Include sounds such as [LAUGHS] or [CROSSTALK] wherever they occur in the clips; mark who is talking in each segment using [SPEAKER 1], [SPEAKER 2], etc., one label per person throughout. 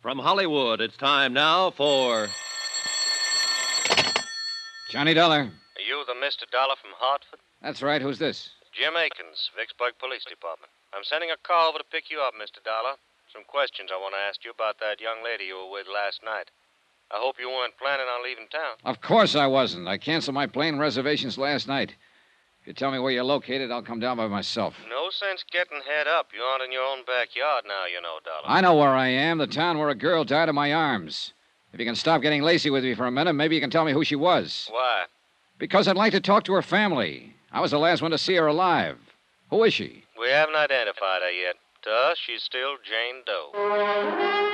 [SPEAKER 1] From Hollywood, it's time now for.
[SPEAKER 2] Johnny Dollar.
[SPEAKER 3] Are you the Mr. Dollar from Hartford?
[SPEAKER 2] That's right. Who's this?
[SPEAKER 3] Jim Akins, Vicksburg Police Department. I'm sending a car over to pick you up, Mr. Dollar. Some questions I want to ask you about that young lady you were with last night. I hope you weren't planning on leaving town.
[SPEAKER 2] Of course I wasn't. I canceled my plane reservations last night. If you tell me where you're located, I'll come down by myself.
[SPEAKER 3] No sense getting head up. You aren't in your own backyard now, you know, Dollar.
[SPEAKER 2] I know where I am, the town where a girl died in my arms. If you can stop getting lazy with me for a minute, maybe you can tell me who she was.
[SPEAKER 3] Why?
[SPEAKER 2] Because I'd like to talk to her family. I was the last one to see her alive. Who is she?
[SPEAKER 3] We haven't identified her yet. To us, she's still Jane Doe.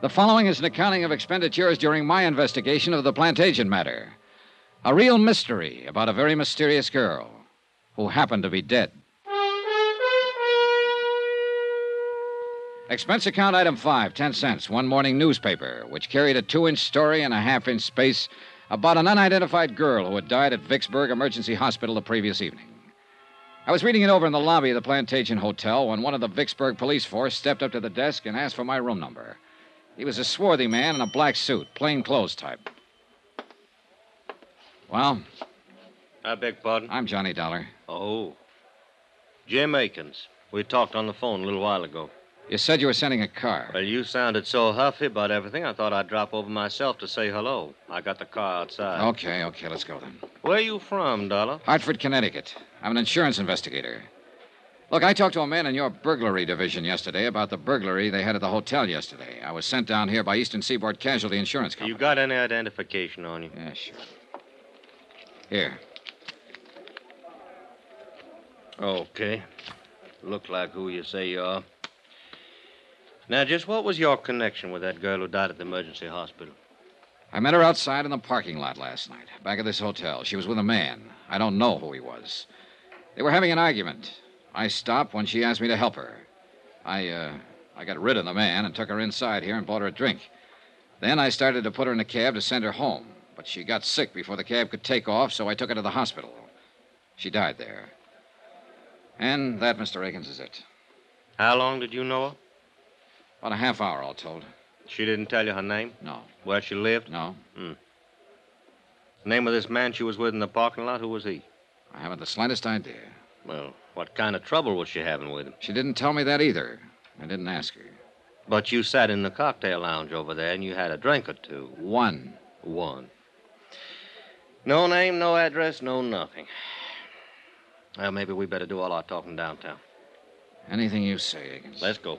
[SPEAKER 2] The following is an accounting of expenditures during my investigation of the Plantagen matter. A real mystery about a very mysterious girl who happened to be dead. Expense account item five, 10 cents, one morning newspaper, which carried a two inch story and a half inch space about an unidentified girl who had died at Vicksburg Emergency Hospital the previous evening. I was reading it over in the lobby of the Plantation Hotel when one of the Vicksburg police force stepped up to the desk and asked for my room number. He was a swarthy man in a black suit, plain clothes type. Well,
[SPEAKER 3] I beg pardon?
[SPEAKER 2] I'm Johnny Dollar.
[SPEAKER 3] Oh. Jim Akins. We talked on the phone a little while ago.
[SPEAKER 2] You said you were sending a car.
[SPEAKER 3] Well, you sounded so huffy about everything, I thought I'd drop over myself to say hello. I got the car outside.
[SPEAKER 2] Okay, okay, let's go then.
[SPEAKER 3] Where you from, Dollar?
[SPEAKER 2] Hartford, Connecticut. I'm an insurance investigator. Look, I talked to a man in your burglary division yesterday about the burglary they had at the hotel yesterday. I was sent down here by Eastern Seaboard Casualty Insurance Company.
[SPEAKER 3] You got any identification on you?
[SPEAKER 2] Yeah, sure. Here.
[SPEAKER 3] Okay. Look like who you say you are. Now, just what was your connection with that girl who died at the emergency hospital?
[SPEAKER 2] I met her outside in the parking lot last night, back at this hotel. She was with a man. I don't know who he was. They were having an argument. I stopped when she asked me to help her. I, uh, I got rid of the man and took her inside here and bought her a drink. Then I started to put her in a cab to send her home, but she got sick before the cab could take off, so I took her to the hospital. She died there. And that, Mr. Akins, is it.
[SPEAKER 3] How long did you know her?
[SPEAKER 2] About a half hour, all told.
[SPEAKER 3] She didn't tell you her name?
[SPEAKER 2] No,
[SPEAKER 3] Where she lived?
[SPEAKER 2] no,
[SPEAKER 3] Name of this man she was with in the parking lot? Who was he?
[SPEAKER 2] I haven't the slightest idea.
[SPEAKER 3] Well, what kind of trouble was she having with him?
[SPEAKER 2] She didn't tell me that either. I didn't ask her.
[SPEAKER 3] But you sat in the cocktail lounge over there and you had a drink or two.
[SPEAKER 2] One.
[SPEAKER 3] One. No name, no address, no nothing. Well, maybe we better do all our talking downtown.
[SPEAKER 2] Anything you say, Akins.
[SPEAKER 3] Let's go.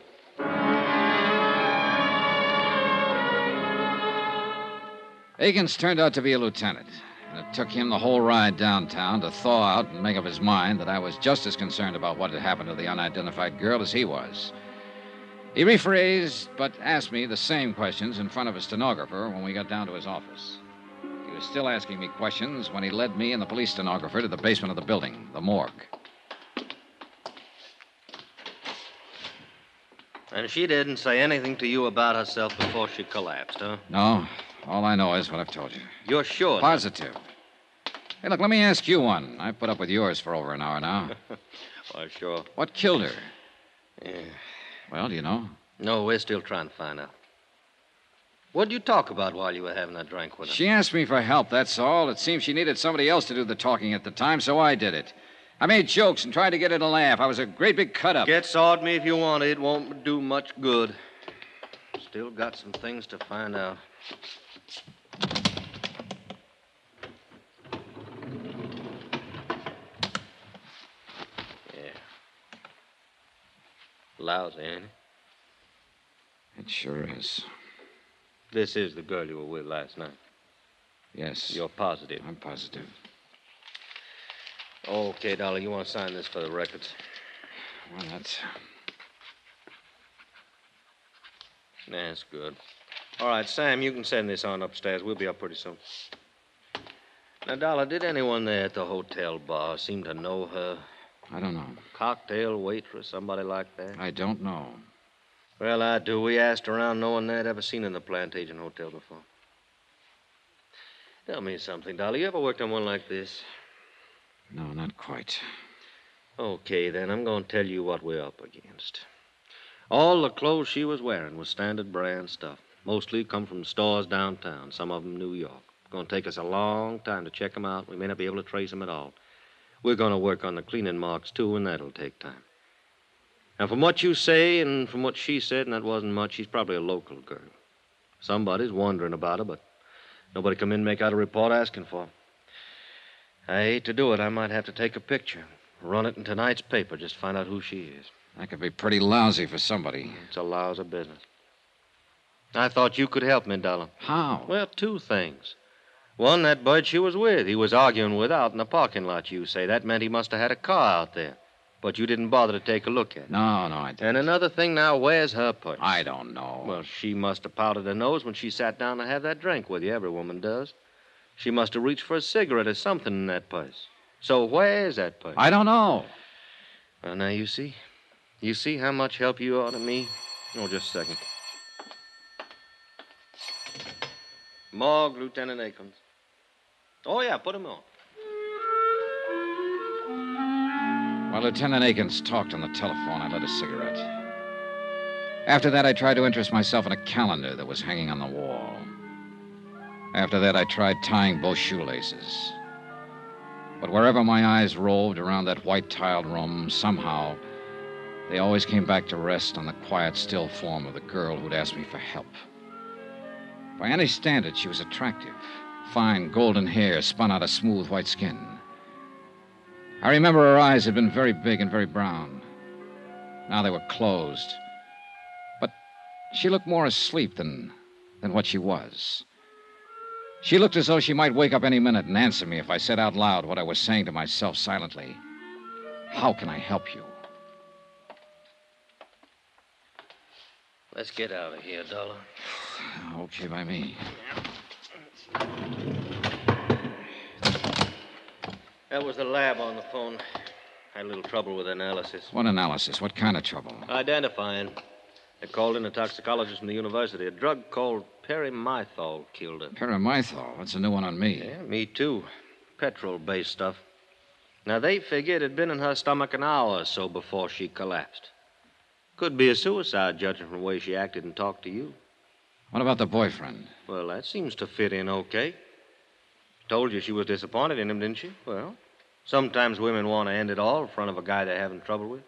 [SPEAKER 2] Akins turned out to be a lieutenant, and it took him the whole ride downtown to thaw out and make up his mind that I was just as concerned about what had happened to the unidentified girl as he was. He rephrased, but asked me the same questions in front of his stenographer when we got down to his office. He was still asking me questions when he led me and the police stenographer to the basement of the building, the morgue.
[SPEAKER 3] And she didn't say anything to you about herself before she collapsed, huh?
[SPEAKER 2] No, all I know is what I've told you.
[SPEAKER 3] You're sure?
[SPEAKER 2] Positive. Hey, look, let me ask you one. I've put up with yours for over an hour now.
[SPEAKER 3] Why, sure.
[SPEAKER 2] What killed her?
[SPEAKER 3] Yeah.
[SPEAKER 2] Well, do you know?
[SPEAKER 3] No, we're still trying to find out. What did you talk about while you were having that drink with her?
[SPEAKER 2] She asked me for help, that's all. It seemed she needed somebody else to do the talking at the time, so I did it. I made jokes and tried to get her to laugh. I was a great big cut up.
[SPEAKER 3] Get sawed me if you want. It won't do much good. Still got some things to find out. Yeah. Lousy, ain't it?
[SPEAKER 2] It sure is.
[SPEAKER 3] This is the girl you were with last night.
[SPEAKER 2] Yes.
[SPEAKER 3] You're positive.
[SPEAKER 2] I'm positive.
[SPEAKER 3] Okay, Dollar, you want to sign this for the records?
[SPEAKER 2] Well, that's.
[SPEAKER 3] That's good. All right, Sam, you can send this on upstairs. We'll be up pretty soon. Now, Dollar, did anyone there at the hotel bar seem to know her?
[SPEAKER 2] I don't know.
[SPEAKER 3] Cocktail waitress, somebody like that?
[SPEAKER 2] I don't know.
[SPEAKER 3] Well, I do. We asked around. No one there had ever seen her in the Plantation Hotel before. Tell me something, Dolly. You ever worked on one like this?
[SPEAKER 2] No, not quite.
[SPEAKER 3] Okay, then. I'm going to tell you what we're up against. All the clothes she was wearing was standard brand stuff. Mostly come from stores downtown, some of 'em New York. Going to take us a long time to check 'em out. We may not be able to trace 'em at all. We're going to work on the cleaning marks, too, and that'll take time. Now, from what you say and from what she said, and that wasn't much, she's probably a local girl. Somebody's wondering about her, but nobody come in and make out a report asking for her. I hate to do it. I might have to take a picture, run it in tonight's paper, just to find out who she is.
[SPEAKER 2] That could be pretty lousy for somebody.
[SPEAKER 3] It's a lousy business. I thought you could help me, Dollar.
[SPEAKER 2] How?
[SPEAKER 3] Well, two things. One, that bud she was with, he was arguing with out in the parking lot, you say. That meant he must have had a car out there. But you didn't bother to take a look at it.
[SPEAKER 2] No, no, I don't.
[SPEAKER 3] And another thing now, where's her purse?
[SPEAKER 2] I don't know.
[SPEAKER 3] Well, she must have powdered her nose when she sat down to have that drink with you. Every woman does. She must have reached for a cigarette or something in that purse. So where is that purse?
[SPEAKER 2] I don't know.
[SPEAKER 3] Well, now you see. You see how much help you are to me? Oh, just a second. Morgue, Lieutenant Akins. Oh, yeah, put him on.
[SPEAKER 2] While Lieutenant Akins talked on the telephone, I lit a cigarette. After that, I tried to interest myself in a calendar that was hanging on the wall. After that, I tried tying both shoelaces. But wherever my eyes roved around that white tiled room, somehow, they always came back to rest on the quiet, still form of the girl who'd asked me for help. By any standard, she was attractive. Fine golden hair spun out of smooth white skin. I remember her eyes had been very big and very brown. Now they were closed. But she looked more asleep than, than what she was. She looked as though she might wake up any minute and answer me if I said out loud what I was saying to myself silently How can I help you?
[SPEAKER 3] Let's get out of here, Dollar.
[SPEAKER 2] Okay by me.
[SPEAKER 3] That was the lab on the phone. Had a little trouble with analysis.
[SPEAKER 2] What analysis? What kind of trouble?
[SPEAKER 3] Identifying. They called in a toxicologist from the university. A drug called perimethol killed her.
[SPEAKER 2] Paramythol. That's a new one on me.
[SPEAKER 3] Yeah, me too. Petrol based stuff. Now, they figure it had been in her stomach an hour or so before she collapsed. Could be a suicide, judging from the way she acted and talked to you.
[SPEAKER 2] What about the boyfriend?
[SPEAKER 3] Well, that seems to fit in okay. Told you she was disappointed in him, didn't she? Well, sometimes women want to end it all in front of a guy they're having trouble with.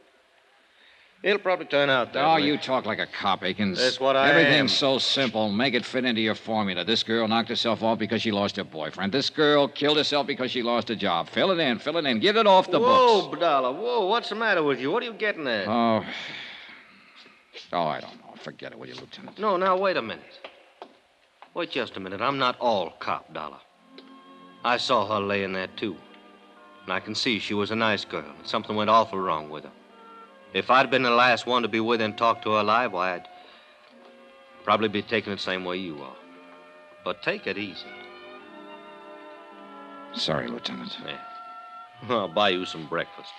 [SPEAKER 3] It'll probably turn out that
[SPEAKER 2] Oh,
[SPEAKER 3] way.
[SPEAKER 2] you talk like a cop, Akins.
[SPEAKER 3] That's what I
[SPEAKER 2] Everything's
[SPEAKER 3] am.
[SPEAKER 2] so simple. Make it fit into your formula. This girl knocked herself off because she lost her boyfriend. This girl killed herself because she lost her job. Fill it in, fill it in. Get it off the
[SPEAKER 3] whoa,
[SPEAKER 2] books.
[SPEAKER 3] Dollar, whoa, what's the matter with you? What are you getting at?
[SPEAKER 2] Oh. Oh, I don't know. Forget it, will you, Lieutenant?
[SPEAKER 3] No, now, wait a minute. Wait just a minute. I'm not all cop, Dollar. I saw her laying there, too. And I can see she was a nice girl. and Something went awful wrong with her. If I'd been the last one to be with her and talk to her alive, why, I'd probably be taking it the same way you are. But take it easy.
[SPEAKER 2] Sorry, Lieutenant.
[SPEAKER 3] [LAUGHS] I'll buy you some breakfast.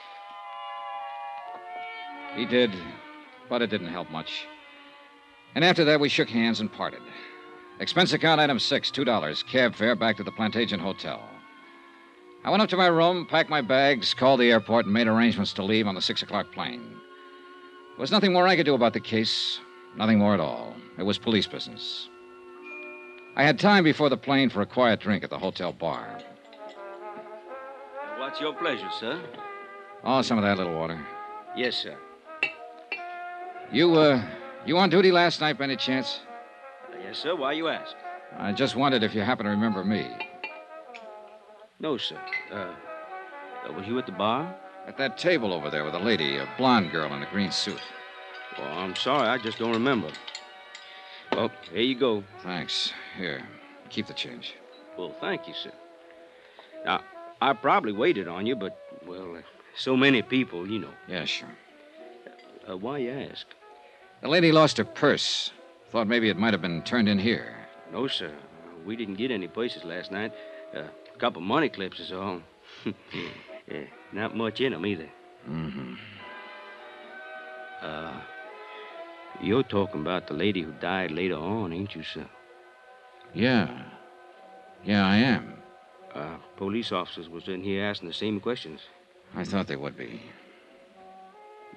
[SPEAKER 2] He did, but it didn't help much. And after that, we shook hands and parted. Expense account item six, two dollars. Cab fare back to the Plantagen Hotel. I went up to my room, packed my bags, called the airport, and made arrangements to leave on the six o'clock plane. There was nothing more I could do about the case, nothing more at all. It was police business. I had time before the plane for a quiet drink at the hotel bar.
[SPEAKER 3] What's your pleasure, sir?
[SPEAKER 2] Oh, some of that little water.
[SPEAKER 3] Yes, sir.
[SPEAKER 2] You, uh, you on duty last night by any chance?
[SPEAKER 3] Yes, sir. Why you ask?
[SPEAKER 2] I just wondered if you happen to remember me.
[SPEAKER 3] No, sir. Uh, was you at the bar?
[SPEAKER 2] At that table over there with a lady, a blonde girl in a green suit.
[SPEAKER 3] Well, I'm sorry. I just don't remember. Well, here you go.
[SPEAKER 2] Thanks. Here, keep the change.
[SPEAKER 3] Well, thank you, sir. Now, I probably waited on you, but, well, uh, so many people, you know.
[SPEAKER 2] Yeah, sure.
[SPEAKER 3] Uh, why you ask?
[SPEAKER 2] The lady lost her purse. Thought maybe it might have been turned in here.
[SPEAKER 3] No, sir. We didn't get any places last night. Uh, A couple money clips is all. [LAUGHS] yeah, not much in 'em either.
[SPEAKER 2] Mm-hmm.
[SPEAKER 3] Uh, you're talking about the lady who died later on, ain't you, sir?
[SPEAKER 2] Yeah. Yeah, I am.
[SPEAKER 3] Uh, police officers was in here asking the same questions.
[SPEAKER 2] I thought they would be.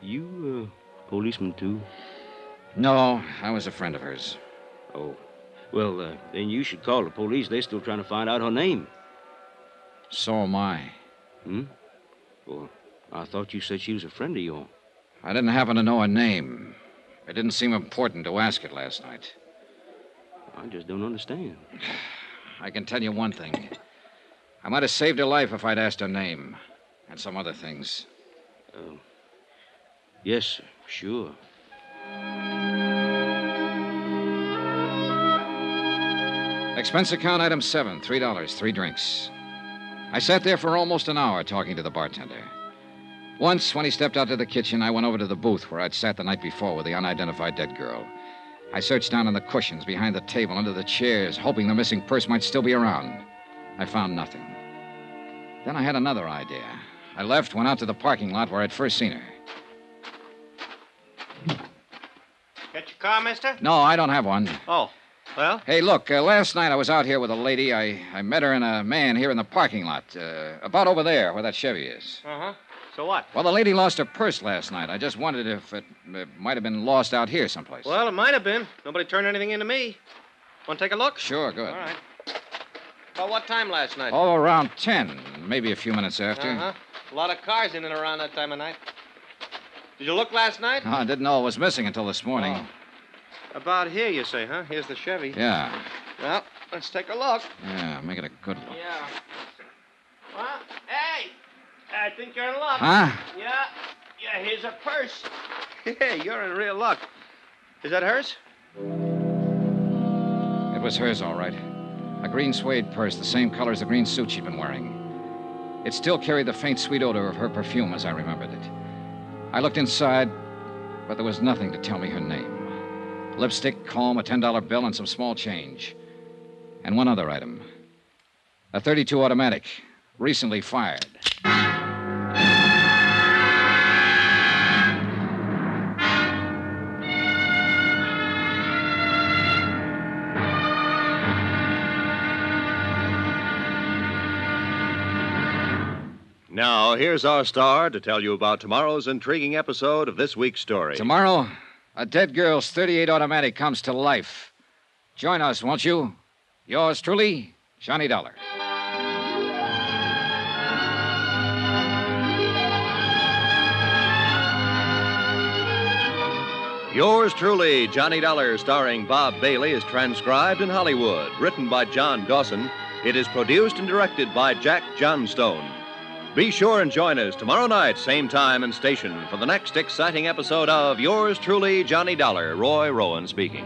[SPEAKER 3] You, uh, policeman, too?
[SPEAKER 2] No, I was a friend of hers.
[SPEAKER 3] Oh. Well, uh, then you should call the police. They're still trying to find out her name.
[SPEAKER 2] So am I.
[SPEAKER 3] Hmm? Well, I thought you said she was a friend of yours.
[SPEAKER 2] I didn't happen to know her name. It didn't seem important to ask it last night.
[SPEAKER 3] I just don't understand.
[SPEAKER 2] I can tell you one thing. I might have saved her life if I'd asked her name and some other things.
[SPEAKER 3] Yes, sir. Sure.
[SPEAKER 2] Expense account item seven, three dollars, three drinks. I sat there for almost an hour talking to the bartender. Once, when he stepped out to the kitchen, I went over to the booth where I'd sat the night before with the unidentified dead girl. I searched down on the cushions, behind the table, under the chairs, hoping the missing purse might still be around. I found nothing. Then I had another idea. I left, went out to the parking lot where I'd first seen her.
[SPEAKER 4] Got your car, mister?
[SPEAKER 2] No, I don't have one.
[SPEAKER 4] Oh, well,
[SPEAKER 2] Hey, look, uh, last night I was out here with a lady. I, I met her and a man here in the parking lot, uh, about over there where that Chevy is.
[SPEAKER 4] uh huh. So what?
[SPEAKER 2] Well, the lady lost her purse last night. I just wondered if it, uh might have been lost out here someplace.
[SPEAKER 4] Well, it might have been. Nobody turned anything in to me. Want to take a look?
[SPEAKER 2] Sure, good.
[SPEAKER 4] All right. About what time last night?
[SPEAKER 2] Oh, around 10, maybe a few minutes after.
[SPEAKER 4] uh huh. A lot of cars in and around that time of night. Did you look last night?
[SPEAKER 2] Oh, I didn't know it was missing until this morning.
[SPEAKER 4] Oh. About here, you say, huh? Here's the Chevy.
[SPEAKER 2] Yeah,
[SPEAKER 4] Well, let's take a look.
[SPEAKER 2] yeah, make it a good look.
[SPEAKER 4] Yeah. Well, hey, I think you're in luck.
[SPEAKER 2] Huh?
[SPEAKER 4] Yeah, yeah, here's a purse. [LAUGHS] Hey, you're in real luck. Is that hers?
[SPEAKER 2] It was hers, all right. A green suede purse, the same color as the green suit she'd been wearing. It still carried the faint sweet odor of her perfume as I remembered it. I looked inside, but there was nothing to tell me her name lipstick, comb, a $10 bill, and some small change. And one other item a 32 automatic, recently fired.
[SPEAKER 5] Now, here's our star to tell you about tomorrow's intriguing episode of this week's story.
[SPEAKER 2] Tomorrow, a dead girl's 38 automatic comes to life. Join us, won't you? Yours truly, Johnny Dollar.
[SPEAKER 5] Yours truly, Johnny Dollar, starring Bob Bailey, is transcribed in Hollywood. Written by John Dawson, it is produced and directed by Jack Johnstone. Be sure and join us tomorrow night, same time and station, for the next exciting episode of Yours truly, Johnny Dollar. Roy Rowan speaking.